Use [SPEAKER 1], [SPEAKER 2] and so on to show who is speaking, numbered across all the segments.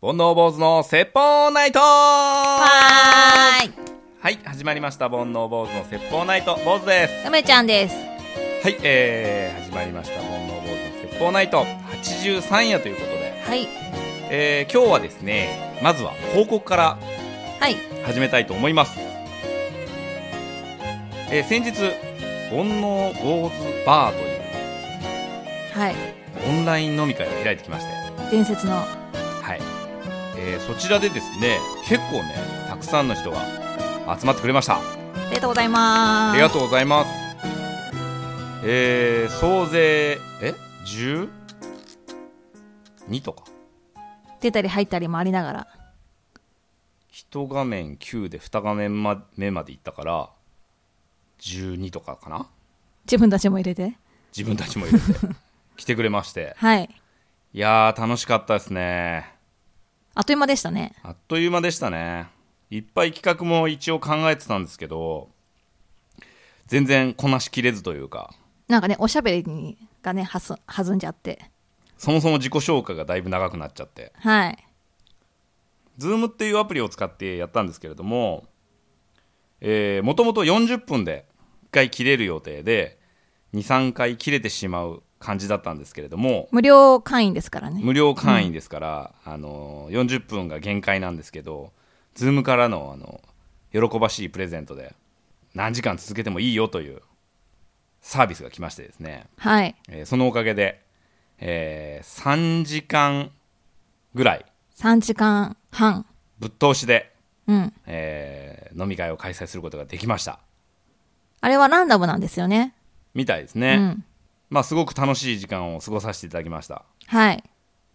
[SPEAKER 1] 煩悩坊主の説法ナイトは
[SPEAKER 2] はーい。
[SPEAKER 1] い、始まりました。煩悩坊主の説法ナイト、坊主です。
[SPEAKER 2] 梅ちゃんです。
[SPEAKER 1] はい、えー、始まりました。煩悩坊主の説法ナイト、83夜ということで、
[SPEAKER 2] はい。
[SPEAKER 1] えー、今日はですね、まずは報告から
[SPEAKER 2] はい。
[SPEAKER 1] 始めたいと思います。えー、先日、煩悩坊主バーという
[SPEAKER 2] はい。
[SPEAKER 1] オンライン飲み会を開いてきまして、
[SPEAKER 2] 伝説の。
[SPEAKER 1] はい、えー、そちらでですね、結構ね、たくさんの人が集まってくれました。
[SPEAKER 2] ありがとうござい
[SPEAKER 1] あ
[SPEAKER 2] ます。
[SPEAKER 1] りがとうございます。えー、総勢、え ?12 とか。
[SPEAKER 2] 出たり入ったりもありながら。
[SPEAKER 1] 1画面9で2画面ま目までいったから、12とかかな
[SPEAKER 2] 自分たちも入れて。
[SPEAKER 1] 自分たちも入れて。来てくれまして。
[SPEAKER 2] はい。
[SPEAKER 1] いやー、楽しかったですね。
[SPEAKER 2] あっという間でしたね。
[SPEAKER 1] あっという間でしたね。いっぱい企画も一応考えてたんですけど、全然こなしきれずというか、
[SPEAKER 2] なんかね、おしゃべりにがね、はす、弾んじゃって。
[SPEAKER 1] そもそも自己紹介がだいぶ長くなっちゃって。
[SPEAKER 2] はい。
[SPEAKER 1] Zoom っていうアプリを使ってやったんですけれども、えー、もともと40分で1回切れる予定で、2、3回切れてしまう感じだったんですけれども、
[SPEAKER 2] 無料会員ですからね。
[SPEAKER 1] 無料会員ですから、あのー40分が限界なんですけど、Zoom からの、あの喜ばしいプレゼントで、何時間続けてもいいよというサービスが来ましてですね、
[SPEAKER 2] はい。
[SPEAKER 1] えーそのおかげで、えー、3時間ぐらい
[SPEAKER 2] 3時間半。
[SPEAKER 1] ぶっ通しで
[SPEAKER 2] うん。
[SPEAKER 1] えー飲み会を開催することができました
[SPEAKER 2] あれはランダムなんですよね。
[SPEAKER 1] みたいです
[SPEAKER 2] う
[SPEAKER 1] ね、
[SPEAKER 2] ん。
[SPEAKER 1] まあすごく楽しい時間を過ごさせていただきました、
[SPEAKER 2] はい。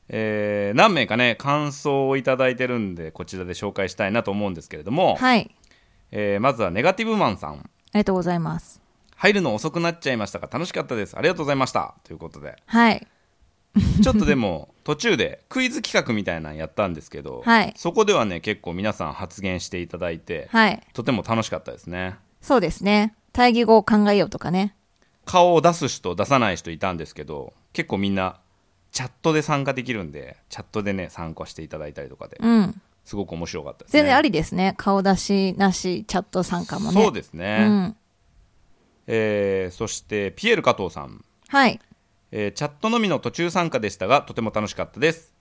[SPEAKER 1] えー何名かね感想をいただいてるんでこちらで紹介したいなと思うんですけれども、
[SPEAKER 2] はい。
[SPEAKER 1] えーまずはネガティブマンさん
[SPEAKER 2] ありがとうございます。
[SPEAKER 1] 入るの遅くなっちゃいましたが楽しかったですありがとうございましたということで
[SPEAKER 2] はい。
[SPEAKER 1] ちょっとでも途中でクイズ企画みたいなのやったんですけど、
[SPEAKER 2] はい
[SPEAKER 1] そこではね結構皆さん発言していただいて、
[SPEAKER 2] はい。
[SPEAKER 1] とても楽しかったですね
[SPEAKER 2] そうですね。対義語を考えようとかね。
[SPEAKER 1] 顔を出す人出さない人いたんですけど結構みんなチャットで参加できるんでチャットでね参加していただいたりとかで
[SPEAKER 2] うん。
[SPEAKER 1] すごく面白かったですね
[SPEAKER 2] 全然ありですね。顔出しなし、チャット参加もね。
[SPEAKER 1] そうですね、
[SPEAKER 2] うん。
[SPEAKER 1] えーそしてピエール加藤さん、
[SPEAKER 2] はい。
[SPEAKER 1] えーチャットのみの途中参加でしたがとても楽しかったです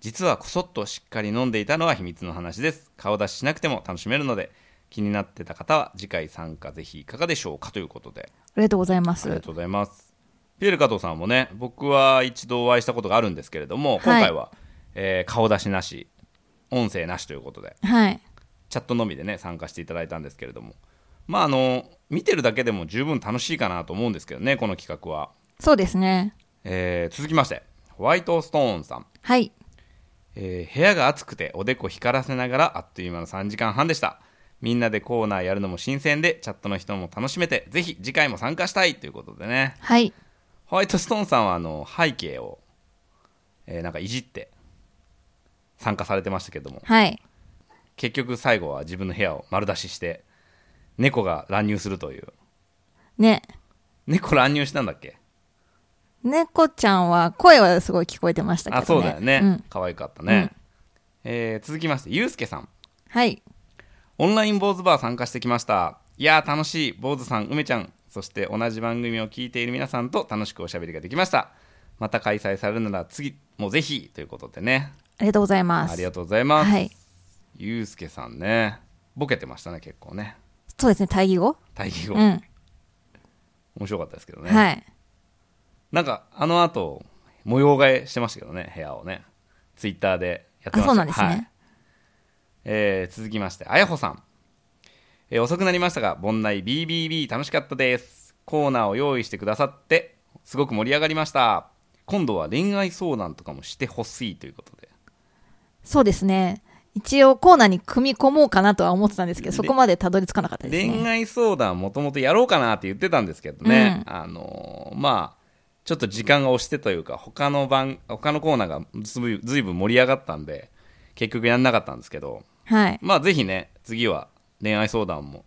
[SPEAKER 1] 実はこそっとしっかり飲んでいたのは秘密の話です顔出ししなくても楽しめるので気になってた方は次回参加ぜひいかがでしょうかということで
[SPEAKER 2] ありがとうございま
[SPEAKER 1] ありが
[SPEAKER 2] す。
[SPEAKER 1] とうございます。ピエール加藤さんもね、僕は一度お会いしたことがあるんですけれども、
[SPEAKER 2] い
[SPEAKER 1] 今回は、えー顔出しなし、音声なしということで、
[SPEAKER 2] はい。
[SPEAKER 1] チャットのみでね、参加していただいたんですけれども、まあ、あの、見てるだけでも十分楽しいかなと思うんですけどね、この企画は。
[SPEAKER 2] そうですね。
[SPEAKER 1] えー続きまして、ホワイトストーンさん。
[SPEAKER 2] はい。
[SPEAKER 1] えー部屋が暑くておでこ光らせながらあっという間の3時間半でしたみんなでコーナーやるのも新鮮でチャットの人も楽しめてぜひ次回も参加したいということでね
[SPEAKER 2] はい。
[SPEAKER 1] ホワイトストーンさんはあの背景を、えーなんかいじって参加されてましたけども
[SPEAKER 2] はい。
[SPEAKER 1] 結局最後は自分の部屋を丸出しして猫が乱入するという
[SPEAKER 2] ね。
[SPEAKER 1] 猫乱入したんだっけ
[SPEAKER 2] 猫ちゃんは声はすごい聞こえてましたけどね。
[SPEAKER 1] あそうだよね、
[SPEAKER 2] うん。
[SPEAKER 1] 可愛かったね、えー続きましてゆうすけさん
[SPEAKER 2] はい。
[SPEAKER 1] オンライン坊主バー参加してきましたいやー楽しい坊主さん梅ちゃんそして同じ番組を聞いている皆さんと楽しくおしゃべりができましたまた開催されるなら次もぜひということでね
[SPEAKER 2] ありがとうございます。
[SPEAKER 1] ありがとうございます、
[SPEAKER 2] はい。
[SPEAKER 1] ゆうすけさんねボケてましたね結構ね
[SPEAKER 2] そうですね。対義語
[SPEAKER 1] 対義語、
[SPEAKER 2] うん。
[SPEAKER 1] 面白かったですけどね、
[SPEAKER 2] はい。
[SPEAKER 1] なんかあの後模様替えしてましたけどね部屋をねツイッターでやってました
[SPEAKER 2] あそうなんですね
[SPEAKER 1] はいえー続きましてあやほさん、えー遅くなりましたが盆内 BBB 楽しかったですコーナーを用意してくださってすごく盛り上がりました今度は恋愛相談とかもしてほしいということで
[SPEAKER 2] そうですね。一応コーナーに組み込もうかなとは思ってたんですけど、そこまでたどり着かなかったです
[SPEAKER 1] 恋
[SPEAKER 2] ね。
[SPEAKER 1] 愛相談もともとやろうかなって言ってたんですけどね、あのーまあちょっと時間が押してというか他の番他のコーナーがずぶずいぶん盛り上がったんで結局やんなかったんですけど
[SPEAKER 2] はい。
[SPEAKER 1] まあぜひね次は恋愛相談も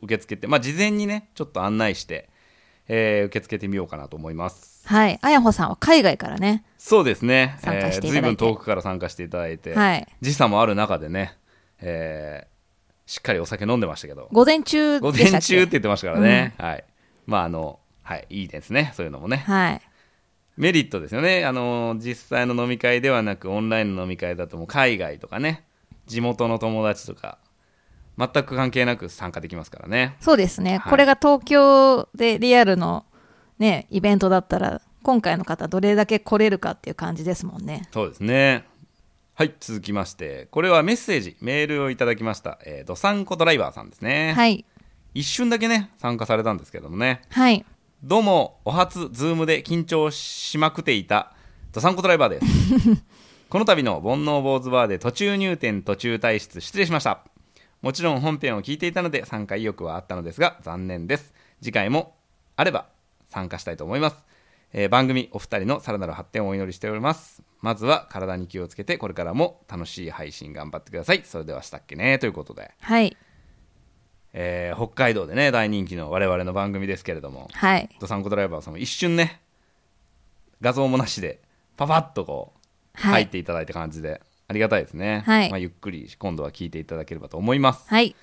[SPEAKER 1] 受け付けてまあ事前にねちょっと案内して、えー受け付けてみようかなと思います。
[SPEAKER 2] はい。あやほさんは海外からね。
[SPEAKER 1] そうですね。
[SPEAKER 2] 参加してい
[SPEAKER 1] えー随
[SPEAKER 2] ただい
[SPEAKER 1] 分
[SPEAKER 2] て
[SPEAKER 1] 遠くから参加していただいて、
[SPEAKER 2] はい。
[SPEAKER 1] 時差もある中でね、えーしっかりお酒飲んでましたけど、
[SPEAKER 2] 午前中
[SPEAKER 1] 午
[SPEAKER 2] でした
[SPEAKER 1] 前
[SPEAKER 2] っけ
[SPEAKER 1] 中って言ってましたからね。はい。まあ、あの、はい、いいですね。そういうのもね。
[SPEAKER 2] はい。
[SPEAKER 1] メリットですよね。あの、実際の飲み会ではなく、オンラインの飲み会だともう海外とかね、地元の友達とか、全く関係なく参加できますからね。
[SPEAKER 2] そうですね。
[SPEAKER 1] はい
[SPEAKER 2] これが東京でリアルのね、イベントだったら、今回の方どれだけ来れるかっていう感じですもんね。
[SPEAKER 1] そうですね。はい、続きまして、これはメッセージ、メールをいただきました、えー、どさんこドライバーさんですね。
[SPEAKER 2] はい。
[SPEAKER 1] 一瞬だけね、参加されたんですけどもね。
[SPEAKER 2] はい。
[SPEAKER 1] どうも、お初、ズームで緊張しまくっていた、ドサンコドライバーです。この度の煩悩坊主バーで途中入店途中退出失礼しました。もちろん本編を聞いていたので参加意欲はあったのですが、残念です。次回もあれば参加したいと思います。えー番組お二人のさらなる発展をお祈りしております。まずは体に気をつけて、これからも楽しい配信頑張ってください。それではしたっけね、ということで、
[SPEAKER 2] はい。
[SPEAKER 1] えー北海道でね、大人気の我々の番組ですけれども、
[SPEAKER 2] はい。
[SPEAKER 1] ドサンコドライバーさんも一瞬ね画像もなしでパパッとこう
[SPEAKER 2] は
[SPEAKER 1] 入
[SPEAKER 2] い
[SPEAKER 1] っ。ていただいた感じで、ありがたいですね、
[SPEAKER 2] はい
[SPEAKER 1] まあ、ゆっくり今度は聞いていただければと思います、
[SPEAKER 2] はい。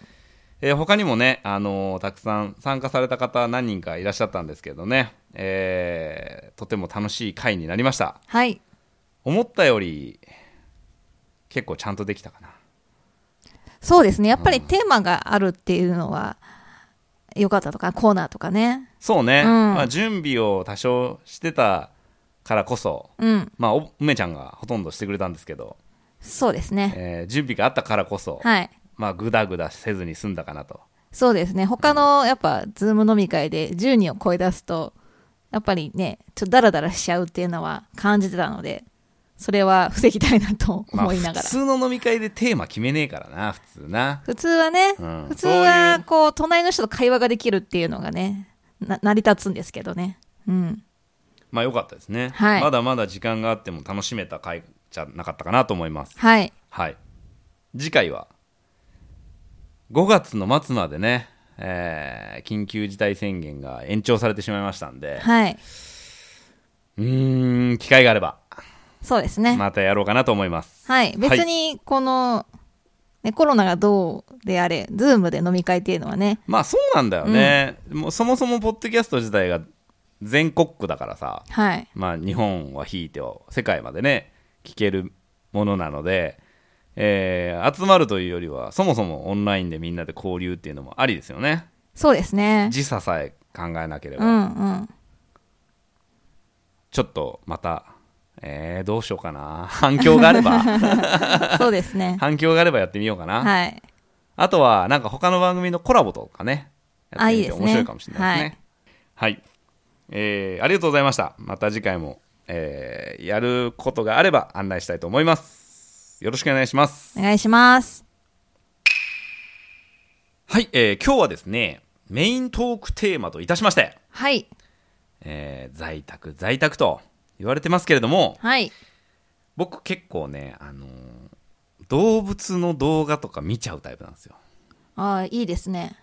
[SPEAKER 1] えー他にもね、あのーたくさん参加された方何人かいらっしゃったんですけどね、えーとても楽しい回になりました
[SPEAKER 2] はい。
[SPEAKER 1] 思ったより結構ちゃんとできたかな
[SPEAKER 2] そうですね。やっぱりテーマがあるっていうのは、良かったとか、コーナーとかね。
[SPEAKER 1] そうね、
[SPEAKER 2] うん
[SPEAKER 1] まあ、準備を多少してたからこそ
[SPEAKER 2] うん。
[SPEAKER 1] まあお梅ちゃんがほとんどしてくれたんですけど
[SPEAKER 2] そうですね。
[SPEAKER 1] えー準備があったからこそ、
[SPEAKER 2] はい。
[SPEAKER 1] まあ、ぐだぐだせずに済んだかなと。
[SPEAKER 2] そうですね。他の、やっぱ、ズーム飲み会で10人を超え出すと、やっぱりね、ちょっとダラダラしちゃうっていうのは感じてたので、それは防ぎたいなと
[SPEAKER 1] まあ、
[SPEAKER 2] 思いながら。
[SPEAKER 1] 普通の飲み会でテーマ決めねえからな、普通な。
[SPEAKER 2] 普通はね、
[SPEAKER 1] うん
[SPEAKER 2] 普通は、こう、隣の人と会話ができるっていうのがね、な成り立つんですけどね。うん。
[SPEAKER 1] まあ、よかったですね。
[SPEAKER 2] はい
[SPEAKER 1] まだまだ時間があっても楽しめた回じゃなかったかなと思います。
[SPEAKER 2] はい。
[SPEAKER 1] はい。次回は、5月の末までね、えー緊急事態宣言が延長されてしまいましたんで、
[SPEAKER 2] はい。
[SPEAKER 1] うーん、機会があれば、
[SPEAKER 2] そうですね。
[SPEAKER 1] またやろうかなと思います。
[SPEAKER 2] はい。別に、この、ね、コロナがどうであれ、ズームで飲み会っていうのはね、
[SPEAKER 1] まあ、そうなんだよね。もうそもそも、ポッドキャスト自体が全国区だからさ、
[SPEAKER 2] はい。
[SPEAKER 1] まあ、日本はひいては世界までね聞けるものなので、えー集まるというよりはそもそもオンラインでみんなで交流っていうのもありですよね
[SPEAKER 2] そうですね。
[SPEAKER 1] 時差さえ考えなけれ
[SPEAKER 2] う
[SPEAKER 1] ば、
[SPEAKER 2] んうん。
[SPEAKER 1] ちょっとまた、えーどうしようかな反響があれ ば
[SPEAKER 2] そうです ね。
[SPEAKER 1] 反響があればやってみようかな、
[SPEAKER 2] はい。
[SPEAKER 1] あとはなんか他の番組のコラボとかねやっ
[SPEAKER 2] あ
[SPEAKER 1] て
[SPEAKER 2] いい
[SPEAKER 1] み
[SPEAKER 2] で
[SPEAKER 1] て
[SPEAKER 2] すね
[SPEAKER 1] 面白いかもしれないですねはい、えーありがとうございましたまた次回も、えーやることがあれば案内したいと思いますよろしくお願いします
[SPEAKER 2] お願いします。
[SPEAKER 1] はい、えー今日はですね、メイントークテーマといたしまして、
[SPEAKER 2] はい。
[SPEAKER 1] えー在宅、在宅と言われてますけれども、
[SPEAKER 2] はい。
[SPEAKER 1] 僕結構ね、あのー動物の動画とか見ちゃうタイプなんですよ。
[SPEAKER 2] ああ、いいですね。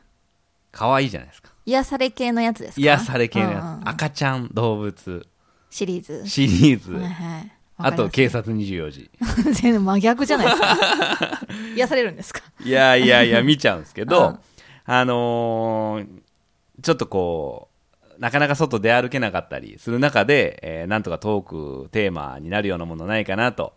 [SPEAKER 1] 可愛いじゃないですか。
[SPEAKER 2] 癒され系のやつですか
[SPEAKER 1] 癒され系のやつ、
[SPEAKER 2] うんうん
[SPEAKER 1] 赤ちゃん動物
[SPEAKER 2] シリーズ。
[SPEAKER 1] シリーズ、
[SPEAKER 2] はいはい。
[SPEAKER 1] あと
[SPEAKER 2] わかり
[SPEAKER 1] 警察24時。
[SPEAKER 2] ます全然真逆じゃないですか。 癒されるんですか
[SPEAKER 1] いやいやいや、見ちゃうんですけど、
[SPEAKER 2] うん
[SPEAKER 1] あのーちょっとこう、なかなか外出歩けなかったりする中で、えーなんとかトークテーマになるようなものないかなと、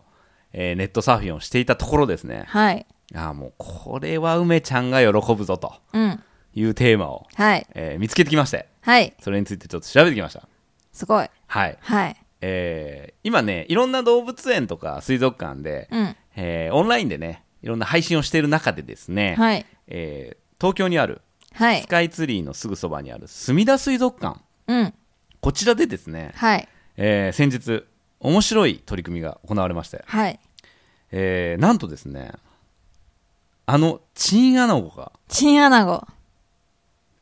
[SPEAKER 1] えーネットサーフィンをしていたところですね、
[SPEAKER 2] はい。
[SPEAKER 1] あーもうこれは梅ちゃんが喜ぶぞと
[SPEAKER 2] うん。
[SPEAKER 1] いうテーマを、
[SPEAKER 2] はい。
[SPEAKER 1] えー見つけてきまして、
[SPEAKER 2] はい。
[SPEAKER 1] それについてちょっと調べてきました。
[SPEAKER 2] すごい。
[SPEAKER 1] はい。
[SPEAKER 2] はい。
[SPEAKER 1] えー今ね、いろんな動物園とか水族館で、
[SPEAKER 2] うん。
[SPEAKER 1] えーオンラインでね、いろんな配信をしている中でですね、
[SPEAKER 2] はい。
[SPEAKER 1] えー東京にある
[SPEAKER 2] は
[SPEAKER 1] ス
[SPEAKER 2] い。
[SPEAKER 1] カイツリーのすぐそばにある墨田水族館
[SPEAKER 2] うん。
[SPEAKER 1] こちらでですね、
[SPEAKER 2] はい。
[SPEAKER 1] えー先日面白い取り組みが行われまして、
[SPEAKER 2] はい。
[SPEAKER 1] えーなんとですねあのチンアナゴが
[SPEAKER 2] チンアナゴ。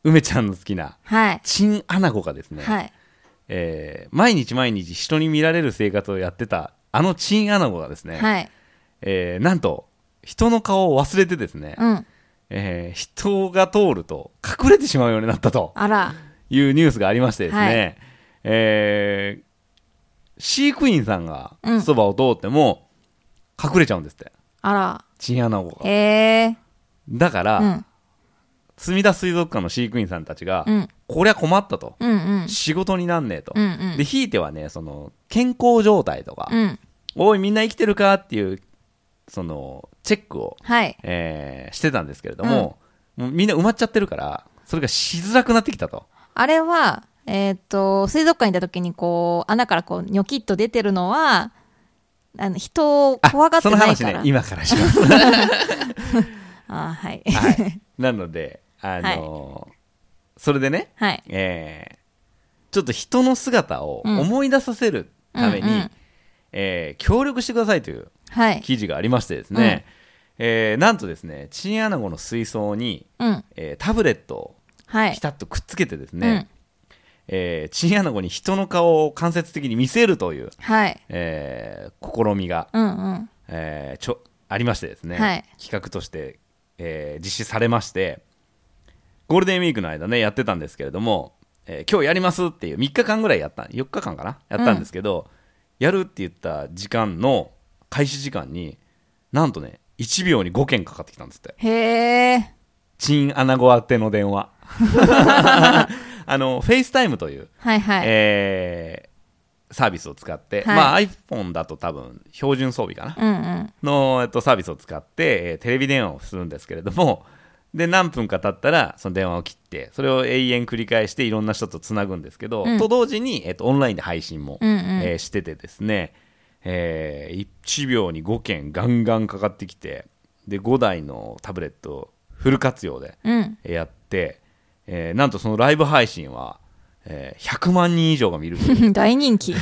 [SPEAKER 1] 梅ちゃんの好きな
[SPEAKER 2] はい。
[SPEAKER 1] チンアナゴがですね、
[SPEAKER 2] はい。
[SPEAKER 1] えー毎日毎日人に見られる生活をやってたあのチンアナゴがですね、
[SPEAKER 2] はい。
[SPEAKER 1] えーなんと人の顔を忘れてですね、
[SPEAKER 2] うん。
[SPEAKER 1] えー人が通ると隠れてしまうようになったと
[SPEAKER 2] あら。
[SPEAKER 1] いうニュースがありましてですね、
[SPEAKER 2] は
[SPEAKER 1] えー飼育員さんが
[SPEAKER 2] うん
[SPEAKER 1] そばを通っても隠れちゃうんですって、
[SPEAKER 2] あら。
[SPEAKER 1] チンアナゴが。
[SPEAKER 2] へえ。
[SPEAKER 1] だから、
[SPEAKER 2] うん。
[SPEAKER 1] 墨田水族館の飼育員さんたちが、
[SPEAKER 2] うん。
[SPEAKER 1] こりゃ困ったと、
[SPEAKER 2] うんうん。
[SPEAKER 1] 仕事になんねえと、
[SPEAKER 2] うんうん。
[SPEAKER 1] でひいてはねその健康状態とか、
[SPEAKER 2] うん。
[SPEAKER 1] おいみんな生きてるかっていうそのチェックを、
[SPEAKER 2] はい。
[SPEAKER 1] えーしてたんですけれども,、もうみんな埋まっちゃってるからそれがしづらくなってきたと
[SPEAKER 2] あれは、えーっと、水族館にいた時にこう、穴からこう、ニョキッと出てるのは、あの、人を
[SPEAKER 1] あ
[SPEAKER 2] 怖がって
[SPEAKER 1] その
[SPEAKER 2] ない
[SPEAKER 1] 話
[SPEAKER 2] から。
[SPEAKER 1] ね今からします
[SPEAKER 2] あはい。
[SPEAKER 1] はいなのであのーそれでね、
[SPEAKER 2] はい。
[SPEAKER 1] えーちょっと人の姿を思い出させるために、
[SPEAKER 2] うんうん
[SPEAKER 1] えー協力してくださいという
[SPEAKER 2] はい。
[SPEAKER 1] 記事がありましてですね、えーなんとですねチンアナゴの水槽に、
[SPEAKER 2] うん。
[SPEAKER 1] えータブレットを
[SPEAKER 2] はい
[SPEAKER 1] ピ。タッとくっつけてですね、
[SPEAKER 2] うん。
[SPEAKER 1] えーチンアナゴに人の顔を間接的に見せるという、
[SPEAKER 2] はい。
[SPEAKER 1] えー試みが、
[SPEAKER 2] うんうん。
[SPEAKER 1] えーちょありましてですね、
[SPEAKER 2] はい
[SPEAKER 1] 企画として、えー実施されましてゴールデンウィークの間ねやってたんですけれども、えー今日やりますっていう3日間ぐらいやった4日間かなやったんですけど、やるって言った時間の開始時間になんとね1秒に5件かかってきたんですって
[SPEAKER 2] へえ。
[SPEAKER 1] チンアナゴ宛ての電 話 あのフェイスタイムという
[SPEAKER 2] はいはい。
[SPEAKER 1] えーサービスを使って、
[SPEAKER 2] はい
[SPEAKER 1] まあ、iPhone だと多分標準装備かな、
[SPEAKER 2] うんうん。
[SPEAKER 1] の、えっと、サービスを使って、えーテレビ電話をするんですけれどもで何分か経ったらその電話を切ってそれを永遠繰り返していろんな人とつなぐんですけど、
[SPEAKER 2] うん
[SPEAKER 1] と同時に、えっとオンラインで配信も、
[SPEAKER 2] うんうん
[SPEAKER 1] えーしててですね、えー1秒に5件ガンガンかかってきてで5台のタブレットをフル活用で
[SPEAKER 2] うん。
[SPEAKER 1] やって、えーなんとそのライブ配信は、えー100万人以上が見るという
[SPEAKER 2] 大人気。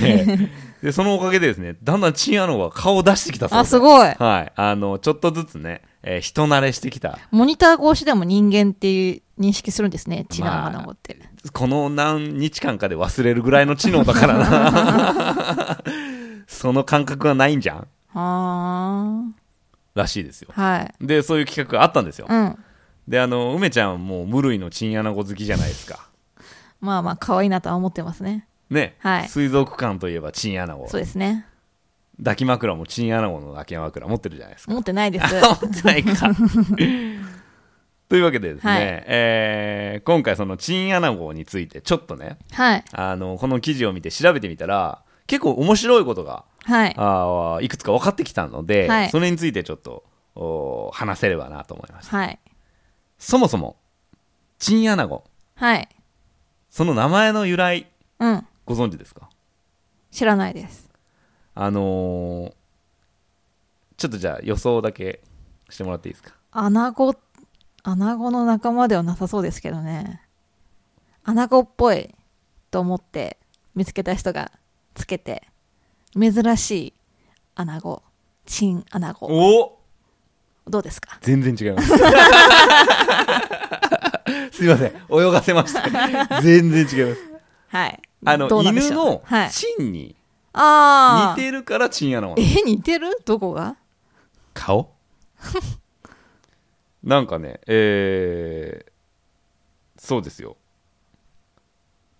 [SPEAKER 1] でそのおかげでですねだんだんチンアナゴが顔を出してきたそうで
[SPEAKER 2] あ、すごい。
[SPEAKER 1] はい、あのちょっとずつね、えー人慣れしてきた
[SPEAKER 2] モニター越しでも人間っていう認識するんですね。違う
[SPEAKER 1] まあ
[SPEAKER 2] アナゴって。
[SPEAKER 1] この何日間かで忘れるぐらいの知能だからな その感覚はないんじゃん
[SPEAKER 2] は
[SPEAKER 1] らしいですよ
[SPEAKER 2] あ。はい。
[SPEAKER 1] でそういう企画があったんですよ
[SPEAKER 2] うん。
[SPEAKER 1] であの梅ちゃんはもう無類のチンアナゴ好きじゃないですか
[SPEAKER 2] まあまあ、可愛いなとは思ってますね。
[SPEAKER 1] ね、
[SPEAKER 2] はい
[SPEAKER 1] 水族館といえばチンアナゴ
[SPEAKER 2] そうですね。
[SPEAKER 1] 抱き枕もチンアナゴの抱き枕持ってるじゃないですか
[SPEAKER 2] 持っ てないです。
[SPEAKER 1] 思ってないか。 というわけでですね、
[SPEAKER 2] はい
[SPEAKER 1] えー今回そのチンアナゴについてちょっとね、
[SPEAKER 2] はい。
[SPEAKER 1] あの、この記事を見て調べてみたら、結構面白いことが、
[SPEAKER 2] はい。
[SPEAKER 1] あーいくつか分かってきたので、
[SPEAKER 2] はい
[SPEAKER 1] それについてちょっとおー話せればなと思いました。
[SPEAKER 2] はい。
[SPEAKER 1] そもそも、チンアナゴ、
[SPEAKER 2] はい。
[SPEAKER 1] その名前の由来、
[SPEAKER 2] うん。
[SPEAKER 1] ご存知ですか
[SPEAKER 2] 知らないです。
[SPEAKER 1] あのーちょっとじゃあ予想だけしてもらっていいですか
[SPEAKER 2] アナゴ、アナゴの仲間ではなさそうですけどね。アナゴっぽいと思って見つけた人がつけて、珍しいアナゴ、チンアナゴ、
[SPEAKER 1] お
[SPEAKER 2] どうですか
[SPEAKER 1] 全然違い ます。すいません、泳がせま した。全然違います。
[SPEAKER 2] はい。
[SPEAKER 1] あの
[SPEAKER 2] どうなんで
[SPEAKER 1] 犬
[SPEAKER 2] しょう
[SPEAKER 1] の
[SPEAKER 2] はい。
[SPEAKER 1] チンに似
[SPEAKER 2] ああ。
[SPEAKER 1] てるからチンアナゴなの。
[SPEAKER 2] え、似てるどこが
[SPEAKER 1] 顔 なんかね、えーそうですよ。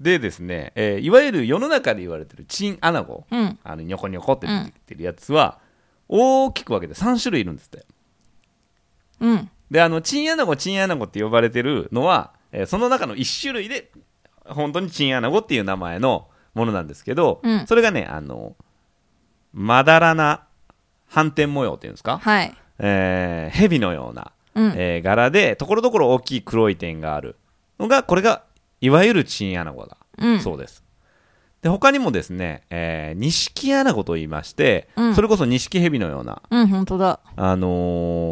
[SPEAKER 1] でですね、えーいわゆる世の中で言われてるチンアナゴ、
[SPEAKER 2] うん。
[SPEAKER 1] あのニョコニョコって出てきてるやつは、大きく分けて3種類いるんですって。
[SPEAKER 2] うん。
[SPEAKER 1] であのチンアナゴチンアナゴって呼ばれてるのは、えーその中の1種類で本当にチンアナゴっていう名前のものなんですけど、
[SPEAKER 2] うん
[SPEAKER 1] それがねあのまだらな斑点模様っていうんですか、
[SPEAKER 2] はい。
[SPEAKER 1] えー、蛇のような、
[SPEAKER 2] うん。
[SPEAKER 1] えー柄でところどころ大きい黒い点があるのがこれがいわゆるチンアナゴだ、
[SPEAKER 2] うん。
[SPEAKER 1] そうですで他にもですね、えー、ニシキアナゴと言いまして、
[SPEAKER 2] うん
[SPEAKER 1] それこそニシキヘビのような
[SPEAKER 2] うん、本当だ。
[SPEAKER 1] あの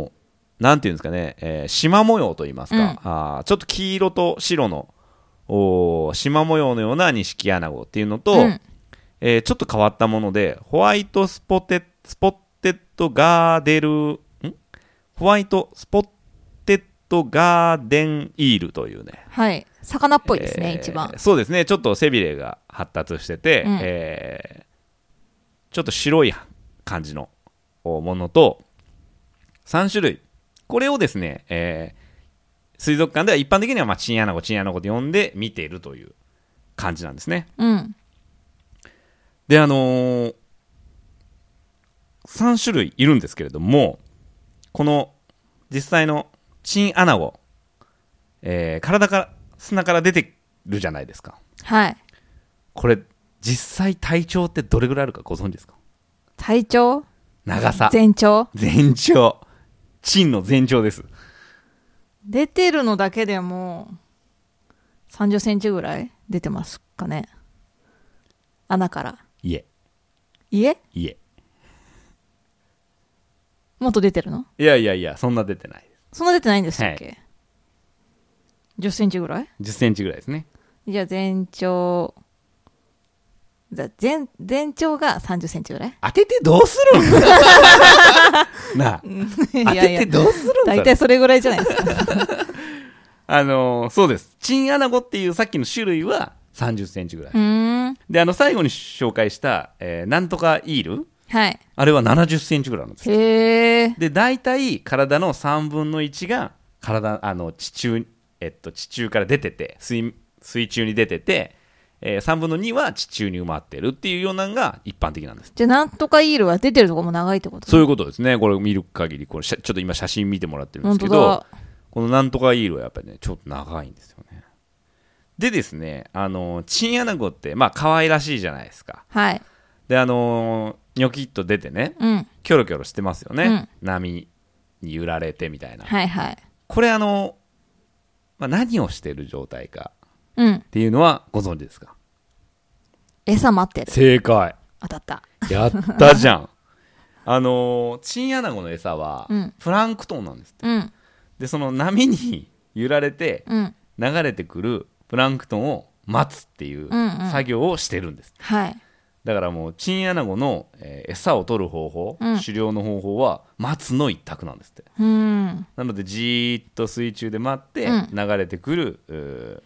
[SPEAKER 1] ーなんていうんですかね、えー縞模様と言いますか、
[SPEAKER 2] うん
[SPEAKER 1] あーちょっと黄色と白のおー縞模様のようなニシキアナゴっていうのと、
[SPEAKER 2] うん。
[SPEAKER 1] えーちょっと変わったものでホワイトスポテスポッテッドガーデルんホワイトスポッテッドガーデンイールというね
[SPEAKER 2] はい。魚っぽいです
[SPEAKER 1] え
[SPEAKER 2] ね、
[SPEAKER 1] ー
[SPEAKER 2] 一番。
[SPEAKER 1] そうですねちょっと背びれが発達してて、
[SPEAKER 2] うん
[SPEAKER 1] えーちょっと白い感じのおものと3種類これをですね、えー水族館では一般的には、まあ、チンアナゴチンアナゴと呼んで見ているという感じなんですね。
[SPEAKER 2] うん。
[SPEAKER 1] で、あのー、3種類いるんですけれども、この実際のチンアナゴ、えー体から、砂から出てるじゃないですか。
[SPEAKER 2] はい。
[SPEAKER 1] これ、実際体長ってどれぐらいあるかご存知ですか
[SPEAKER 2] 体長
[SPEAKER 1] 長さ。
[SPEAKER 2] 全長
[SPEAKER 1] 全長。チンの全長です。
[SPEAKER 2] 出てるのだけでも、30センチぐらい出てますかね。穴から。
[SPEAKER 1] いえ、
[SPEAKER 2] いえ
[SPEAKER 1] いえ。
[SPEAKER 2] もっと出てるの
[SPEAKER 1] いやいやいや、そんな出てないで
[SPEAKER 2] そんな出てないんでしたっけ、?10 センチぐらい
[SPEAKER 1] す。10センチぐらいですね。
[SPEAKER 2] じゃあ全長、じゃあ全、全長が30センチぐらい
[SPEAKER 1] 当ててどうする んなあ、
[SPEAKER 2] い
[SPEAKER 1] 当ててどうするんだ
[SPEAKER 2] 大体それぐらいじゃないで すか。
[SPEAKER 1] あのーそうです。チンアナゴっていうさっきの種類は30センチぐらい。
[SPEAKER 2] うーん。
[SPEAKER 1] で、あの、最後に紹介した、えーなんとかイール
[SPEAKER 2] はい。
[SPEAKER 1] あれは70センチぐらいなんですよ。
[SPEAKER 2] へえ。
[SPEAKER 1] で、大体体の3分の1が、体、あの、地中、えっと、地中から出てて、水、水中に出てて、え3分の2は地中に埋まってるっていうようなのが一般的なんです。
[SPEAKER 2] じゃあなんとかイールは出てるとこも長いってこと
[SPEAKER 1] そういうことですね。これ見る限り、これ、しゃちょっと今写真見てもらってるんで
[SPEAKER 2] 本
[SPEAKER 1] すけ
[SPEAKER 2] 当
[SPEAKER 1] ど、
[SPEAKER 2] だ。
[SPEAKER 1] このなんとかイールはやっぱりね、ちょっと長いんですよね。でですね、あの、チンアナゴって、まあ、可愛らしいじゃないですか。
[SPEAKER 2] はい。
[SPEAKER 1] で、あの、ニョキッと出てね、
[SPEAKER 2] うん。
[SPEAKER 1] キョロキョロしてますよね。波に揺られてみたいな。
[SPEAKER 2] はいはい。
[SPEAKER 1] これあの、まあ、何をしてる状態か
[SPEAKER 2] うん
[SPEAKER 1] っ。ていうのはご存知ですか
[SPEAKER 2] 餌待ってる。
[SPEAKER 1] 正解。
[SPEAKER 2] 当たった。
[SPEAKER 1] やったじ ゃん。あの、チンアナゴの餌は
[SPEAKER 2] うん、
[SPEAKER 1] プランクトンなんです。
[SPEAKER 2] うん。
[SPEAKER 1] で、その波に揺られて、
[SPEAKER 2] うん。
[SPEAKER 1] 流れてくるプランクトンを待つっていう
[SPEAKER 2] うんうん
[SPEAKER 1] 作業をしてるんです、
[SPEAKER 2] はい。
[SPEAKER 1] だからもうチンアナゴの、えー餌を取る方法、
[SPEAKER 2] うん
[SPEAKER 1] 狩猟の方法は待つの一択なんですって
[SPEAKER 2] うん。
[SPEAKER 1] なのでじーっと水中で待って
[SPEAKER 2] うん
[SPEAKER 1] 流れてくる、うー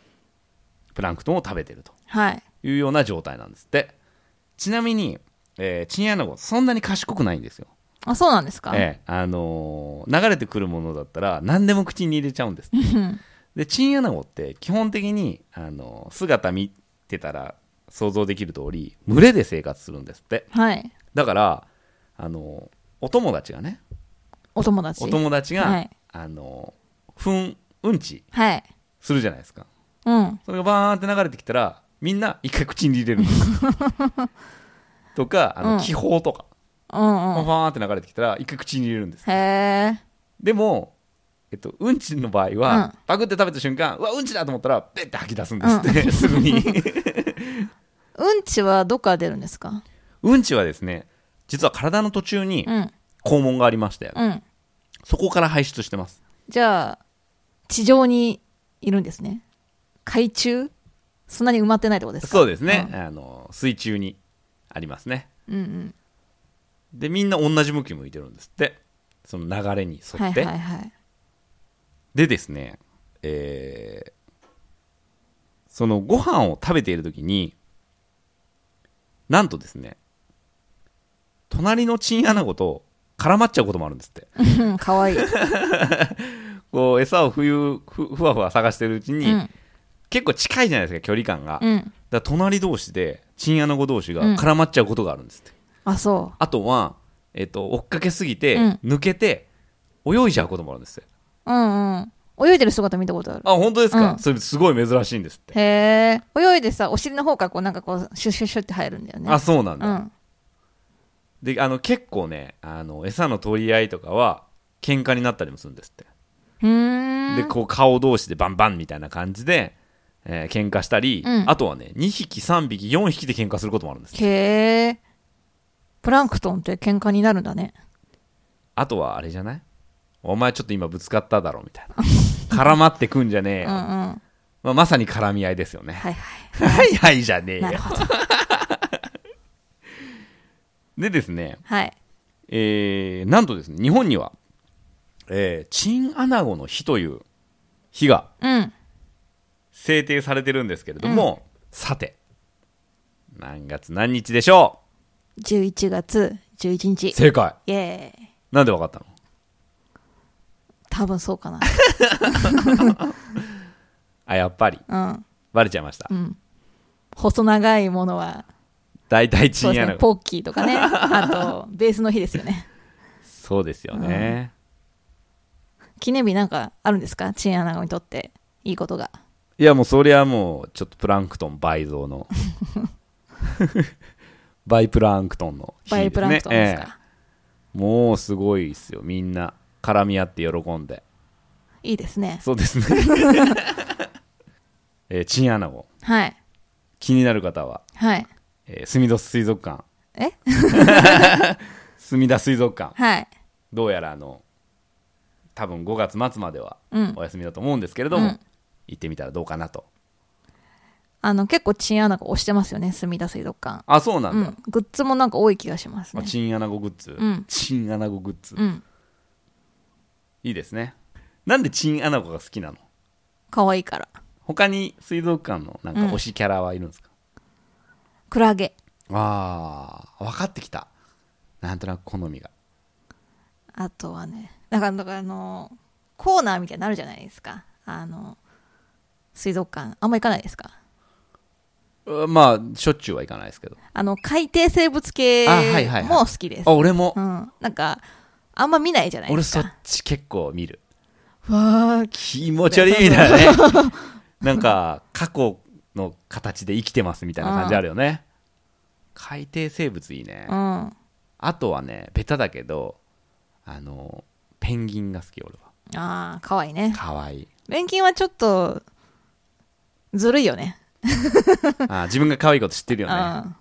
[SPEAKER 1] プランクトンを食べてると
[SPEAKER 2] はい。
[SPEAKER 1] いうような状態なんですってちなみに、えーチンアナゴそんなに賢くないんですよ、
[SPEAKER 2] あ、そうなんですか、
[SPEAKER 1] ええあのー流れてくるものだったら何でも口に入れちゃうんですって
[SPEAKER 2] うん
[SPEAKER 1] でチンアナゴって基本的にあの姿見てたら想像できる通り群れで生活するんですって
[SPEAKER 2] はい。
[SPEAKER 1] だからあのお友達がね
[SPEAKER 2] お友達。
[SPEAKER 1] お友達が、
[SPEAKER 2] はい
[SPEAKER 1] あのふんうんち
[SPEAKER 2] はい。
[SPEAKER 1] するじゃないですか
[SPEAKER 2] うん。
[SPEAKER 1] それがバーンって流れてきたらみんな一回口に入れるんです とかあの、
[SPEAKER 2] うん
[SPEAKER 1] 気泡とか
[SPEAKER 2] うん
[SPEAKER 1] バ
[SPEAKER 2] うん。
[SPEAKER 1] ーンって流れてきたら一回口に入れるんです
[SPEAKER 2] へえ。
[SPEAKER 1] でも、えっと、うんちの場合は、
[SPEAKER 2] うん
[SPEAKER 1] パクって食べた瞬間うわうんちだと思ったらペッて吐き出すんですって、 すぐに
[SPEAKER 2] うんちはどっから出るんですか
[SPEAKER 1] うんちはですね実は体の途中に
[SPEAKER 2] うん。
[SPEAKER 1] 肛門がありまして、
[SPEAKER 2] うん。
[SPEAKER 1] そこから排出してます
[SPEAKER 2] じゃあ、地上にいるんですね。海中そんなに埋まってないってことですか
[SPEAKER 1] そうですね、。あの水中にありますね
[SPEAKER 2] うん、うんうん
[SPEAKER 1] でみんな同じ向き向いてるんですってその流れに沿って、
[SPEAKER 2] はいはいはい。
[SPEAKER 1] でですねえーそのご飯を食べている時になんとですね隣のチンアナゴと絡まっちゃうこともあるんですって
[SPEAKER 2] うんかわいい。
[SPEAKER 1] こう餌を冬ふふわふわ探してるうちに、
[SPEAKER 2] うん
[SPEAKER 1] 結構近いじゃないですか距離感が、
[SPEAKER 2] うん。
[SPEAKER 1] だから隣同士でチンアナゴ同士が
[SPEAKER 2] うん
[SPEAKER 1] 絡まっちゃうことがあるんですって、
[SPEAKER 2] あ、そ
[SPEAKER 1] あとは、えっと追っかけすぎて、
[SPEAKER 2] うん
[SPEAKER 1] 抜けて泳いじゃうこともあるんですって
[SPEAKER 2] う。うんうん。泳いでる姿見たことある。
[SPEAKER 1] あ本当ですか、
[SPEAKER 2] うん
[SPEAKER 1] それすごい珍しいんですって、
[SPEAKER 2] へえ。泳いでさ、お尻の方からこうなんかこう、シュッシュッシュッって入るんだよね。
[SPEAKER 1] あそうなんだ、
[SPEAKER 2] うん。
[SPEAKER 1] であの結構ねあの餌の取り合いとかは喧嘩になったりもするんですって、
[SPEAKER 2] うーん。
[SPEAKER 1] でこう顔同士でバンバンみたいな感じで、えー喧嘩したり、
[SPEAKER 2] うん
[SPEAKER 1] あとはね2匹3匹4匹で喧嘩することもあるんですって
[SPEAKER 2] へえ。プランクトンって喧嘩になるんだね。
[SPEAKER 1] あとはあれじゃないお前ちょっと今ぶつかっただろみたいな 絡まってくんじゃねえ
[SPEAKER 2] う
[SPEAKER 1] よ
[SPEAKER 2] んうん。は
[SPEAKER 1] まあ、まさに絡み合いですよね。
[SPEAKER 2] いはい。
[SPEAKER 1] はいはいじゃねえ
[SPEAKER 2] なる
[SPEAKER 1] よ。
[SPEAKER 2] ほど。
[SPEAKER 1] でですね、
[SPEAKER 2] はい。
[SPEAKER 1] えー、なんとですね、日本には、えー、チンアナゴの日という日が
[SPEAKER 2] うん。
[SPEAKER 1] 制定されてるんですけれども、さて、何月何日でしょ
[SPEAKER 2] 11月11
[SPEAKER 1] う
[SPEAKER 2] 日。
[SPEAKER 1] 正解。
[SPEAKER 2] イエーイ。
[SPEAKER 1] なんでわかったの
[SPEAKER 2] 多分そうかな。
[SPEAKER 1] あ、やっぱり、
[SPEAKER 2] うん。
[SPEAKER 1] バレちゃいました。
[SPEAKER 2] うん。細長いものは
[SPEAKER 1] 大体
[SPEAKER 2] そ
[SPEAKER 1] チ
[SPEAKER 2] う
[SPEAKER 1] ン
[SPEAKER 2] で
[SPEAKER 1] ア
[SPEAKER 2] す
[SPEAKER 1] ナ
[SPEAKER 2] ね
[SPEAKER 1] ゴ
[SPEAKER 2] ポッキーとかねあとベースの日ですよね
[SPEAKER 1] そうですよね、
[SPEAKER 2] 記念日なんかあるんですかチンアナゴにとっていいことが
[SPEAKER 1] いやもうそりゃもうちょっとプランクトン倍増 のバイプランクトンの日です、ね、
[SPEAKER 2] バイプランクトンです
[SPEAKER 1] え
[SPEAKER 2] か、
[SPEAKER 1] えもうすごいですよみんな絡み合って喜んで
[SPEAKER 2] いいですね
[SPEAKER 1] そうです ねえーチンアナゴ
[SPEAKER 2] はい
[SPEAKER 1] 気になる方は、
[SPEAKER 2] はい
[SPEAKER 1] えー、墨戸水族館
[SPEAKER 2] え
[SPEAKER 1] 墨田水族館
[SPEAKER 2] はい
[SPEAKER 1] どうやらあの多分5月末までは
[SPEAKER 2] うん
[SPEAKER 1] お休みだと思うんですけれども、
[SPEAKER 2] うん
[SPEAKER 1] 行ってみたらどうかなと
[SPEAKER 2] あの結構チンアナゴ押してますよね墨田水族館
[SPEAKER 1] あそうなん
[SPEAKER 2] う
[SPEAKER 1] だ、
[SPEAKER 2] んグッズもなんか多い気がします
[SPEAKER 1] あ
[SPEAKER 2] ね
[SPEAKER 1] チンアナゴグッズ、
[SPEAKER 2] うん
[SPEAKER 1] チンアナゴグッズ、
[SPEAKER 2] うん
[SPEAKER 1] いいですねなんでチンアナゴが好きなの
[SPEAKER 2] 可愛いから
[SPEAKER 1] 他に水族館のなんか推しキャラはいるんですか、
[SPEAKER 2] クラゲ
[SPEAKER 1] ああ分かってきたなんとなく好みが
[SPEAKER 2] あとはねだからだからあのコーナーみたいになるじゃないですかあの水族館あんま行かないですか
[SPEAKER 1] うまあしょっちゅうはいかないですけど
[SPEAKER 2] あの海底生物系
[SPEAKER 1] あはいはいはい
[SPEAKER 2] も好きです、
[SPEAKER 1] あ俺も、
[SPEAKER 2] うん、なんかあんま見ないじゃないで
[SPEAKER 1] 俺
[SPEAKER 2] す
[SPEAKER 1] そ
[SPEAKER 2] か
[SPEAKER 1] っち結構見る
[SPEAKER 2] わあ
[SPEAKER 1] 気持ち悪いみたいな ねなんか過去の形で生きてますみたいな感じあるよね海底生物いいね、
[SPEAKER 2] うん
[SPEAKER 1] あとはねベタだけどあのペンギンが好き俺 は
[SPEAKER 2] ああかわいいね
[SPEAKER 1] かわいい
[SPEAKER 2] ペンギンはちょっとずるいよね
[SPEAKER 1] あ自分が可愛いこと知ってるよねあ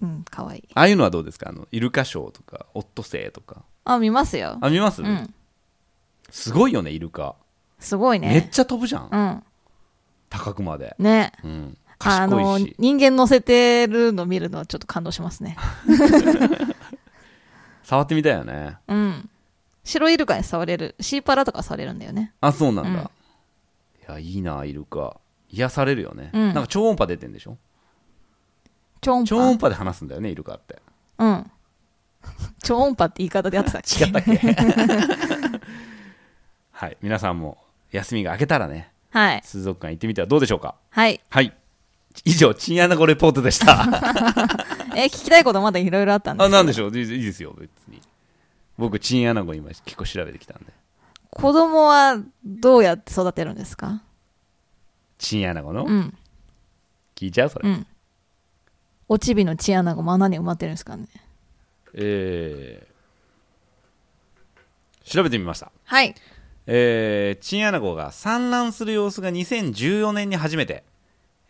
[SPEAKER 2] うんうんかわいい
[SPEAKER 1] あいうのはどうですかあのイルカショーとかオットセイとか
[SPEAKER 2] あ見ますよ
[SPEAKER 1] あ見ます、
[SPEAKER 2] うん
[SPEAKER 1] すごいよねイルカ、
[SPEAKER 2] すごい
[SPEAKER 1] めっ
[SPEAKER 2] ね
[SPEAKER 1] ちゃ飛ぶじゃん、
[SPEAKER 2] うん
[SPEAKER 1] 高くまで
[SPEAKER 2] ね
[SPEAKER 1] うん
[SPEAKER 2] あ
[SPEAKER 1] 賢
[SPEAKER 2] の
[SPEAKER 1] いし
[SPEAKER 2] 人間乗せてるの見るのはちょっと感動しますね
[SPEAKER 1] 触ってみたいよね
[SPEAKER 2] うん白イルカに触れるシーパラとか触れるんだよね
[SPEAKER 1] あそうなんだ、いやいいなイルカ癒されるよね、
[SPEAKER 2] うん
[SPEAKER 1] なんか超音波出てんでしょ
[SPEAKER 2] 超音波
[SPEAKER 1] 超音波で話すんだよねイルカって
[SPEAKER 2] うん。 超音波って言い方でやってたっけ
[SPEAKER 1] 違ったっけはい皆さんも休みが明けたらね
[SPEAKER 2] はい。
[SPEAKER 1] 水族館行ってみてはどうでしょうか
[SPEAKER 2] はい。
[SPEAKER 1] はい以上チンアナゴレポートでした
[SPEAKER 2] えー、聞きたいことまだいろいろあったんです
[SPEAKER 1] あ
[SPEAKER 2] けど
[SPEAKER 1] なんでしょういいいいですよ別に僕チンアナゴ今結構調べてきたんで
[SPEAKER 2] 子供はどうやって育てるんですか
[SPEAKER 1] チンアナゴの、
[SPEAKER 2] うん。
[SPEAKER 1] 聞いちゃうそれ、
[SPEAKER 2] うん。おちびのチアナゴも穴に埋まってるんですかね。
[SPEAKER 1] えー調べてみました
[SPEAKER 2] はい。
[SPEAKER 1] えーチンアナゴが産卵する様子が2014年に初めて、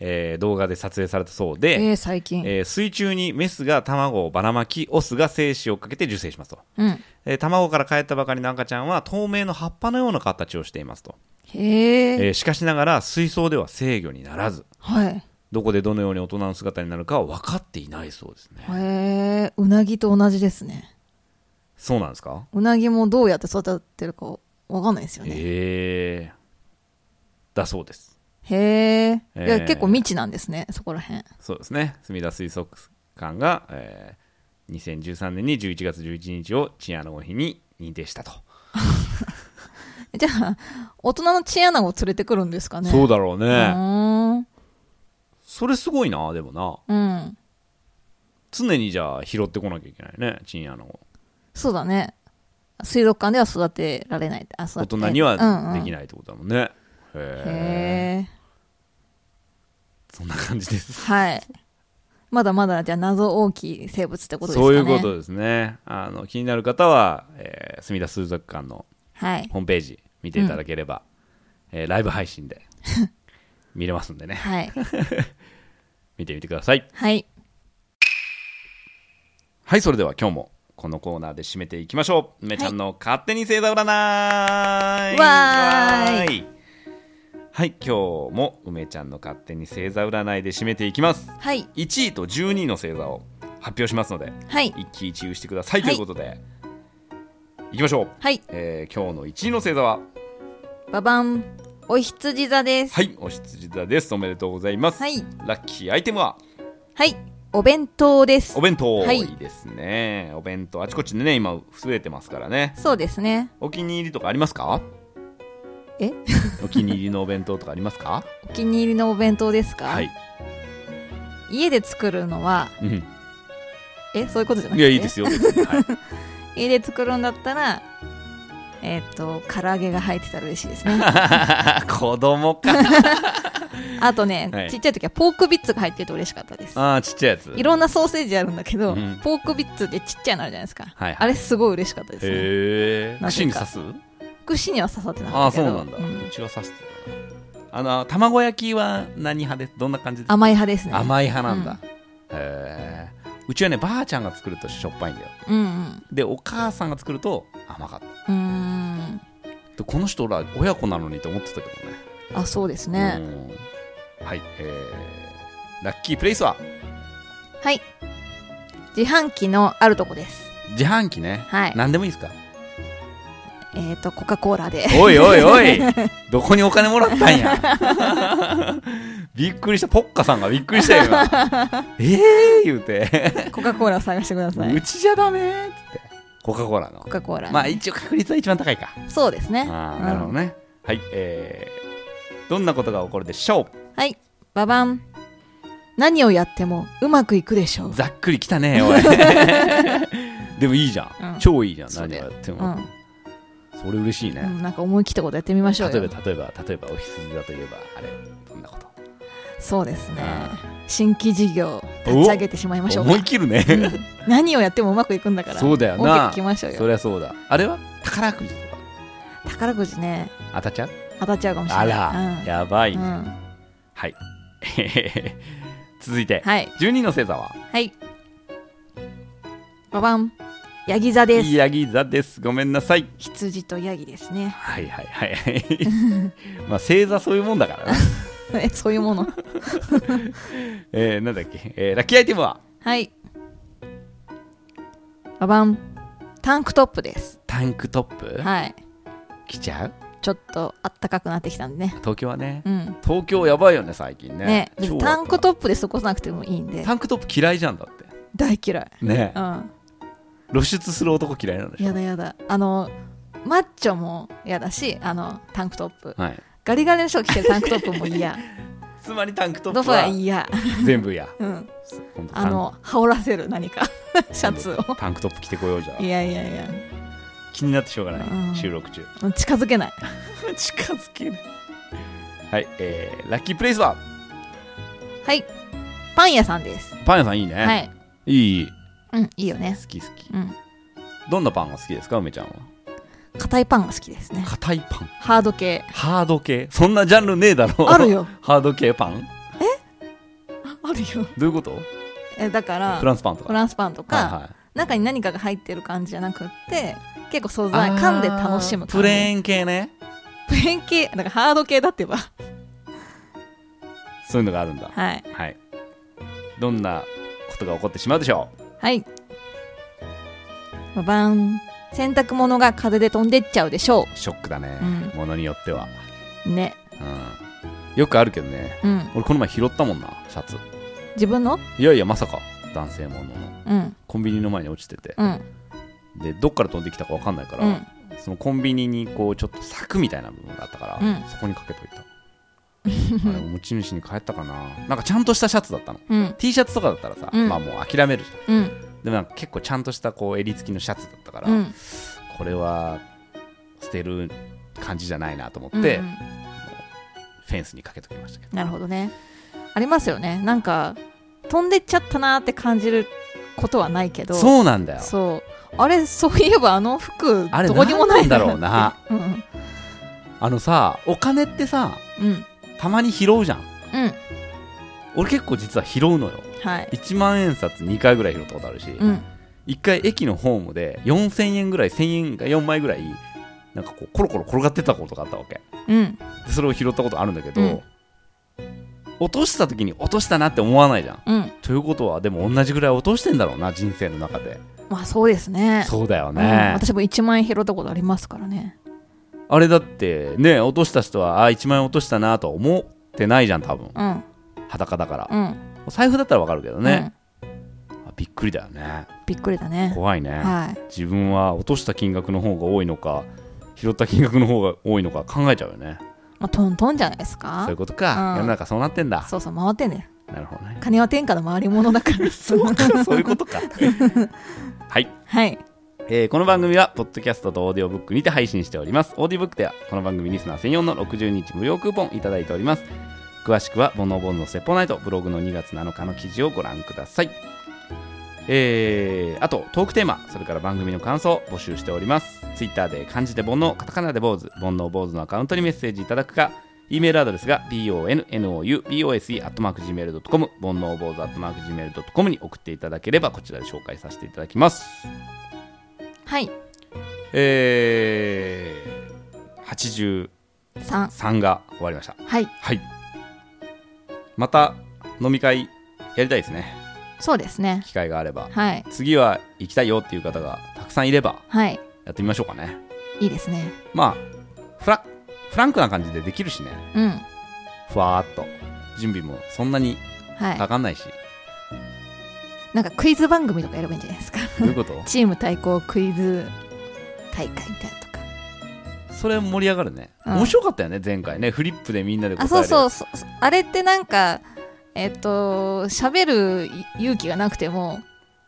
[SPEAKER 1] えー動画で撮影されたそう
[SPEAKER 2] え
[SPEAKER 1] で、
[SPEAKER 2] ー、最近。
[SPEAKER 1] えー水中にメスが卵をばらまきオスが精子をかけて受精しますと、
[SPEAKER 2] うん。
[SPEAKER 1] えー卵からかえったばかりの赤ちゃんは透明の葉っぱのような形をしていますと、
[SPEAKER 2] へえ。
[SPEAKER 1] えーしかしながら水槽では制御にならず
[SPEAKER 2] はい。
[SPEAKER 1] どこでどのように大人の姿になるかは分かっていないそうですね
[SPEAKER 2] へえ。うなぎと同じですね。
[SPEAKER 1] そうなんですか
[SPEAKER 2] うなぎもどうやって育てるかわかんないですよね。
[SPEAKER 1] えーだそうです
[SPEAKER 2] へえ。いや、
[SPEAKER 1] えー
[SPEAKER 2] 結構未知なんですね、そこら辺。
[SPEAKER 1] そうですね、すみだ水族館が、えー2013年に11月11日をチンアナゴの日に認定したと、
[SPEAKER 2] じゃあ、大人のチアナゴを連れてくるんですかね。
[SPEAKER 1] そうだろうね、
[SPEAKER 2] うーん。
[SPEAKER 1] それすごいなでもな
[SPEAKER 2] うん。
[SPEAKER 1] 常にじゃあ拾ってこなきゃいけないねチンアナゴ
[SPEAKER 2] そうだね。水族館では育てられない。あ
[SPEAKER 1] 大人にはでき
[SPEAKER 2] い。
[SPEAKER 1] ないってことだもんね、
[SPEAKER 2] うんう
[SPEAKER 1] へえ
[SPEAKER 2] んへえ。
[SPEAKER 1] そんな感じです
[SPEAKER 2] はい。まだまだ、じゃあ謎大きい生物ってことですかね。
[SPEAKER 1] そういうことですねあの気になる方は、えー、すみだ水族館の
[SPEAKER 2] はい。
[SPEAKER 1] ホームページ見ていただければ、えーライブ配信で見れますんで ね
[SPEAKER 2] はい。
[SPEAKER 1] 見てみてください
[SPEAKER 2] はい。
[SPEAKER 1] はい、それでは今日もこのコーナーで締めていきましょう。梅ちゃんの勝手に星座占い、
[SPEAKER 2] わー
[SPEAKER 1] いはい、今日も梅ちゃんの勝手に星座占いで締めていきます。
[SPEAKER 2] はい。
[SPEAKER 1] 1位と12位の星座を発表しますので、
[SPEAKER 2] はい。
[SPEAKER 1] 一喜一憂してください
[SPEAKER 2] は
[SPEAKER 1] とい
[SPEAKER 2] い
[SPEAKER 1] うことで、い、きましょう。
[SPEAKER 2] はい。
[SPEAKER 1] えー今日の1位の星座は、
[SPEAKER 2] ババン。お羊座です。
[SPEAKER 1] はい、お羊座です。おめでとうございます。
[SPEAKER 2] はい。
[SPEAKER 1] ラッキーアイテムは、
[SPEAKER 2] はい。お弁当です
[SPEAKER 1] お。弁当、
[SPEAKER 2] はい
[SPEAKER 1] い、いですね。お弁当、あちこちでね、今、増えてますからね。
[SPEAKER 2] そうですね。
[SPEAKER 1] お気に入りとかありますか
[SPEAKER 2] え
[SPEAKER 1] お気に入りのお弁当とかありますか
[SPEAKER 2] お気に入りのお弁当ですか
[SPEAKER 1] はい
[SPEAKER 2] 家で作るのは
[SPEAKER 1] うん
[SPEAKER 2] えそういうことじゃな
[SPEAKER 1] い
[SPEAKER 2] くて
[SPEAKER 1] やいいですよ、はい、
[SPEAKER 2] 家で作るんだったらえっ、と唐揚げが入ってたら嬉しいで すね
[SPEAKER 1] 子供か
[SPEAKER 2] あとね、
[SPEAKER 1] はい
[SPEAKER 2] ちっちゃい時はポークビッツが入ってると嬉しかったです
[SPEAKER 1] ああちっちゃいやつ
[SPEAKER 2] いろんなソーセージあるんだけど、
[SPEAKER 1] うん
[SPEAKER 2] ポークビッツってちっちゃいのあるじゃないですか、
[SPEAKER 1] はいはい
[SPEAKER 2] あれすごい嬉しかったですね
[SPEAKER 1] へえ
[SPEAKER 2] なぜ
[SPEAKER 1] 串
[SPEAKER 2] か
[SPEAKER 1] に刺す
[SPEAKER 2] 串には刺さってな
[SPEAKER 1] あ
[SPEAKER 2] か
[SPEAKER 1] あ
[SPEAKER 2] ったけ
[SPEAKER 1] そう
[SPEAKER 2] ど
[SPEAKER 1] なんだ、うちは刺してたなあの卵焼きは何派ですどんな感じですか
[SPEAKER 2] 甘い派ですね
[SPEAKER 1] 甘い派なんだ、へえうちはねばあちゃんが作るとしょっぱいんだよ
[SPEAKER 2] うんうん
[SPEAKER 1] でお母さんが作ると甘かった
[SPEAKER 2] うーん
[SPEAKER 1] でこの人ら親子なのにと思ってたけどね
[SPEAKER 2] あそうですね、
[SPEAKER 1] うんはいえー、ラッキープレイスは
[SPEAKER 2] はい自販機のあるとこです
[SPEAKER 1] 自販機ね、
[SPEAKER 2] はい
[SPEAKER 1] 何でもいいですか
[SPEAKER 2] えっ、とコカ・コーラ で
[SPEAKER 1] おいおいお いどこにお金もらったんや びっくりしたポッカさんがびっくりしたよ今ええー、言うて
[SPEAKER 2] コカ・コーラを探してくださ
[SPEAKER 1] う
[SPEAKER 2] い
[SPEAKER 1] ちじゃダメーっつってコカ・コーラの
[SPEAKER 2] コカ・コーラ、
[SPEAKER 1] まあ一応確率は一番高いか
[SPEAKER 2] そうですね
[SPEAKER 1] あーなるほどね、はいえー、どんなことが起こるでしょ
[SPEAKER 2] うんはいババン何をやってもうまくいくでしょう
[SPEAKER 1] うざっくりきたねお いでもいいじゃん、
[SPEAKER 2] うん
[SPEAKER 1] 超いいじゃん
[SPEAKER 2] そう
[SPEAKER 1] 何を
[SPEAKER 2] だよ
[SPEAKER 1] やって
[SPEAKER 2] う
[SPEAKER 1] も、
[SPEAKER 2] ん、
[SPEAKER 1] それ嬉しいね、
[SPEAKER 2] うんなんか思い切ったことやってみましょう
[SPEAKER 1] 例え
[SPEAKER 2] よ
[SPEAKER 1] ば例えば例えばおひつじ座といえばあれどんなこと
[SPEAKER 2] そうですね
[SPEAKER 1] あ
[SPEAKER 2] 新規事業立ち上げてしまいましょうか
[SPEAKER 1] 思い切るね、
[SPEAKER 2] うん 何をやってもうまくいくんだから
[SPEAKER 1] そうだよな
[SPEAKER 2] 大きくいきましょう
[SPEAKER 1] そ
[SPEAKER 2] よ
[SPEAKER 1] りゃそうだあれは宝くじとか
[SPEAKER 2] 宝くじね
[SPEAKER 1] 当たっちゃう
[SPEAKER 2] 当たっちゃうかもしれな
[SPEAKER 1] あ
[SPEAKER 2] い
[SPEAKER 1] ら、やばい
[SPEAKER 2] うん
[SPEAKER 1] ね、
[SPEAKER 2] うん
[SPEAKER 1] はい 続いて、
[SPEAKER 2] はい
[SPEAKER 1] 12の星座は
[SPEAKER 2] はいババンヤギ座です
[SPEAKER 1] ヤギ座ですごめんなさい
[SPEAKER 2] 羊とヤギですね
[SPEAKER 1] はいはいはいはいまあ星座そういうもんだからな、
[SPEAKER 2] えそういうもの
[SPEAKER 1] えー、なんだっけ、えーラッキーアイテムは
[SPEAKER 2] はいババンタンクトップです
[SPEAKER 1] タンクトップ、
[SPEAKER 2] はい
[SPEAKER 1] 着ちゃう
[SPEAKER 2] ちょっとあったかくなってきたんでね
[SPEAKER 1] 東京はね
[SPEAKER 2] うん
[SPEAKER 1] 東京やばいよね最近ね
[SPEAKER 2] ね別
[SPEAKER 1] 超
[SPEAKER 2] にタンクト
[SPEAKER 1] ッ
[SPEAKER 2] ップで過ごさなくてもいいんで
[SPEAKER 1] タンクトップ嫌いじゃんだって
[SPEAKER 2] 大嫌い
[SPEAKER 1] ね
[SPEAKER 2] うん
[SPEAKER 1] 露出する男嫌いなんでしょ
[SPEAKER 2] やだやだあのマッチョもやだしあのタンクトップ
[SPEAKER 1] はい
[SPEAKER 2] ガリガリの人が着てるタンクトップも嫌
[SPEAKER 1] つまりタン クト
[SPEAKER 2] ど
[SPEAKER 1] ップ
[SPEAKER 2] こが
[SPEAKER 1] は
[SPEAKER 2] 嫌
[SPEAKER 1] 全部や
[SPEAKER 2] うん
[SPEAKER 1] ほんとタン
[SPEAKER 2] あの羽織らせる何かシャツを
[SPEAKER 1] タンクトップ着てこようじゃん
[SPEAKER 2] いやいやいや
[SPEAKER 1] 気になってしょうがない、
[SPEAKER 2] うん
[SPEAKER 1] 収 録中
[SPEAKER 2] うん近づけない
[SPEAKER 1] 近づけないはいえー、ラッキープレイスは
[SPEAKER 2] はいパン屋さんです
[SPEAKER 1] パン屋さんいいね、
[SPEAKER 2] はい
[SPEAKER 1] い、いい
[SPEAKER 2] うんいいよね
[SPEAKER 1] 好き好き
[SPEAKER 2] うん
[SPEAKER 1] どんなパンが好きですか梅ちゃんは
[SPEAKER 2] 硬いパンが好きですね
[SPEAKER 1] 硬いパン
[SPEAKER 2] ハード系
[SPEAKER 1] ハード系そんなジャンルねえだろ
[SPEAKER 2] あるよ
[SPEAKER 1] ハード系パン
[SPEAKER 2] あるよ
[SPEAKER 1] どういうこと
[SPEAKER 2] えだから
[SPEAKER 1] フランスパンと
[SPEAKER 2] フ
[SPEAKER 1] か
[SPEAKER 2] ランスパンとか、
[SPEAKER 1] はいはい
[SPEAKER 2] 中に何かが入ってる感じじゃなくって結構素
[SPEAKER 1] あ
[SPEAKER 2] 材
[SPEAKER 1] ー
[SPEAKER 2] 噛んで楽しむ感じ
[SPEAKER 1] プレーン系ね
[SPEAKER 2] プレーン系だからハード系だってば
[SPEAKER 1] そういうのがあるんだ
[SPEAKER 2] はい
[SPEAKER 1] はいどんなことが起こってしまうでしょ
[SPEAKER 2] はい。ババン。洗濯物が風で飛んでっちゃうでしょ
[SPEAKER 1] うショックだね、
[SPEAKER 2] う
[SPEAKER 1] ものによっては、
[SPEAKER 2] う。ね。
[SPEAKER 1] うん、よくあるけどね
[SPEAKER 2] うん。
[SPEAKER 1] 俺この前拾ったもんなシャツ
[SPEAKER 2] 自分の
[SPEAKER 1] いやいやまさか男性ものの
[SPEAKER 2] うん。
[SPEAKER 1] コンビニの前に落ちてて、
[SPEAKER 2] うん。
[SPEAKER 1] でどっから飛んできたか分かんないから、
[SPEAKER 2] うん。
[SPEAKER 1] そのコンビニにこうちょっと柵みたいな部分があったから、
[SPEAKER 2] うん
[SPEAKER 1] そこにかけといたあれ持ち主に帰った かななんかちゃんとしたシャツだったの
[SPEAKER 2] うん。
[SPEAKER 1] T シャツとかだったらさ、
[SPEAKER 2] うん
[SPEAKER 1] まあもう諦めるじゃ
[SPEAKER 2] うん。
[SPEAKER 1] んでもなんか結構ちゃんとしたこう襟付きのシャツだったから、
[SPEAKER 2] うん。
[SPEAKER 1] これは捨てる感じじゃないなと思
[SPEAKER 2] う
[SPEAKER 1] っ
[SPEAKER 2] ん
[SPEAKER 1] て、フェンスにかけときましたけど
[SPEAKER 2] なるほどね。ありますよね。なんか、飛んでっちゃったなーって感じることはないけど。
[SPEAKER 1] そうなんだよ
[SPEAKER 2] そう。あれ、そういえばあの服、
[SPEAKER 1] あれ
[SPEAKER 2] どこにもな
[SPEAKER 1] な
[SPEAKER 2] い
[SPEAKER 1] んなんだろうな。
[SPEAKER 2] うん。
[SPEAKER 1] あのさお金ってさ
[SPEAKER 2] うん。
[SPEAKER 1] たまに拾うじゃん
[SPEAKER 2] うん。
[SPEAKER 1] 俺結構実は拾うのよ
[SPEAKER 2] はい。
[SPEAKER 1] 1万円札2回ぐらい拾ったことあるし、
[SPEAKER 2] うん。
[SPEAKER 1] 1回駅のホームで4000円ぐらい1000円が4枚ぐらいなんかこうコロコロ転がってたことがあったわけ
[SPEAKER 2] うん。
[SPEAKER 1] でそれを拾ったことあるんだけど、
[SPEAKER 2] うん
[SPEAKER 1] 落とした時に落としたなって思わないじゃん
[SPEAKER 2] うん。
[SPEAKER 1] ということはでも同じぐらい落としてんだろうな人生の中で
[SPEAKER 2] まあ、そうですね。
[SPEAKER 1] そうだよ
[SPEAKER 2] うん
[SPEAKER 1] ね、
[SPEAKER 2] 私も1万円拾ったことありますからね。
[SPEAKER 1] あれだってね落とした人はあ1万円落としたなとは思ってないじゃん多分
[SPEAKER 2] うん。
[SPEAKER 1] 裸だから、
[SPEAKER 2] うん。
[SPEAKER 1] お財布だったらわかるけど
[SPEAKER 2] うん
[SPEAKER 1] ね、あびっくりだよね
[SPEAKER 2] びっくりだね。
[SPEAKER 1] 怖いね、
[SPEAKER 2] はい。
[SPEAKER 1] 自分は落とした金額の方が多いのか拾った金額の方が多いのか考えちゃうよね
[SPEAKER 2] まあ、トントンじゃないです
[SPEAKER 1] そうい
[SPEAKER 2] か
[SPEAKER 1] う。ことか、
[SPEAKER 2] うん
[SPEAKER 1] 世の中そうなってんだ
[SPEAKER 2] そうそう、回ってんね。
[SPEAKER 1] なるほど ね
[SPEAKER 2] 金は天下の回り物だか ら
[SPEAKER 1] そうかそういうことかはい
[SPEAKER 2] はい
[SPEAKER 1] えーこの番組は、ポッドキャストとオーディオブックにて配信しております。オーディオブックでは、この番組リスナー専用の60日無料クーポンいただいております。詳しくは、ボノボンのセポナイト、ブログの2月7日の記事をご覧ください。えーあと、トークテーマ、それから番組の感想を募集しております。ツイッターで漢字で煩悩、カタカナで坊主、煩悩坊主のアカウントにメッセージいただくか、e メールアドレスが bonoubose.gmail.com、煩悩坊主 .gmail.com に送っていただければ、こちらで紹介させていただきます。
[SPEAKER 2] はい
[SPEAKER 1] えー、
[SPEAKER 2] 3
[SPEAKER 1] 83が終わりました。
[SPEAKER 2] はい
[SPEAKER 1] はい。また飲み会やりたいですね。
[SPEAKER 2] そうですね
[SPEAKER 1] 機会があれば。
[SPEAKER 2] はい
[SPEAKER 1] 次は行きたいよっていう方がたくさんいれば
[SPEAKER 2] はい
[SPEAKER 1] やってみましょうかね。
[SPEAKER 2] いいですね
[SPEAKER 1] まあ、フラフランクな感じでできるしね。
[SPEAKER 2] うん
[SPEAKER 1] ふわーっと。準備もそんなに
[SPEAKER 2] はい
[SPEAKER 1] かかんないし。
[SPEAKER 2] なんかクイズ番組とかやればいいんじゃないですか
[SPEAKER 1] どういう こと
[SPEAKER 2] チーム対抗クイズ大会みたいなとか
[SPEAKER 1] それ盛り上がるね。
[SPEAKER 2] うん
[SPEAKER 1] 面白かったよね、前回ね。フリップでみんなで答え
[SPEAKER 2] あ
[SPEAKER 1] る。
[SPEAKER 2] そうそうそうそうあれってなんかえっと喋る勇気がなくても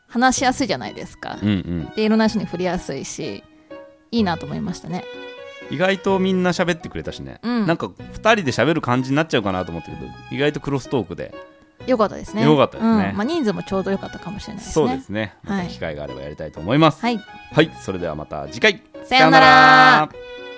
[SPEAKER 2] 話しやすいじゃないですか、
[SPEAKER 1] うんうん。
[SPEAKER 2] でいろんな人に振りやすいしいいなと思いましたね
[SPEAKER 1] 意外とみんな喋ってくれたしね。
[SPEAKER 2] うん
[SPEAKER 1] なんか2人で喋る感じになっちゃうかなと思ったけど意外とクロストークで
[SPEAKER 2] よかったですね
[SPEAKER 1] よかったですね
[SPEAKER 2] うんまあ、人数もちょうどよかったかもしれないですね
[SPEAKER 1] そうですねま
[SPEAKER 2] は
[SPEAKER 1] た
[SPEAKER 2] い
[SPEAKER 1] 機会があればやりたいと思います
[SPEAKER 2] はい
[SPEAKER 1] はい、それではまた次回
[SPEAKER 2] さようなら
[SPEAKER 1] さよう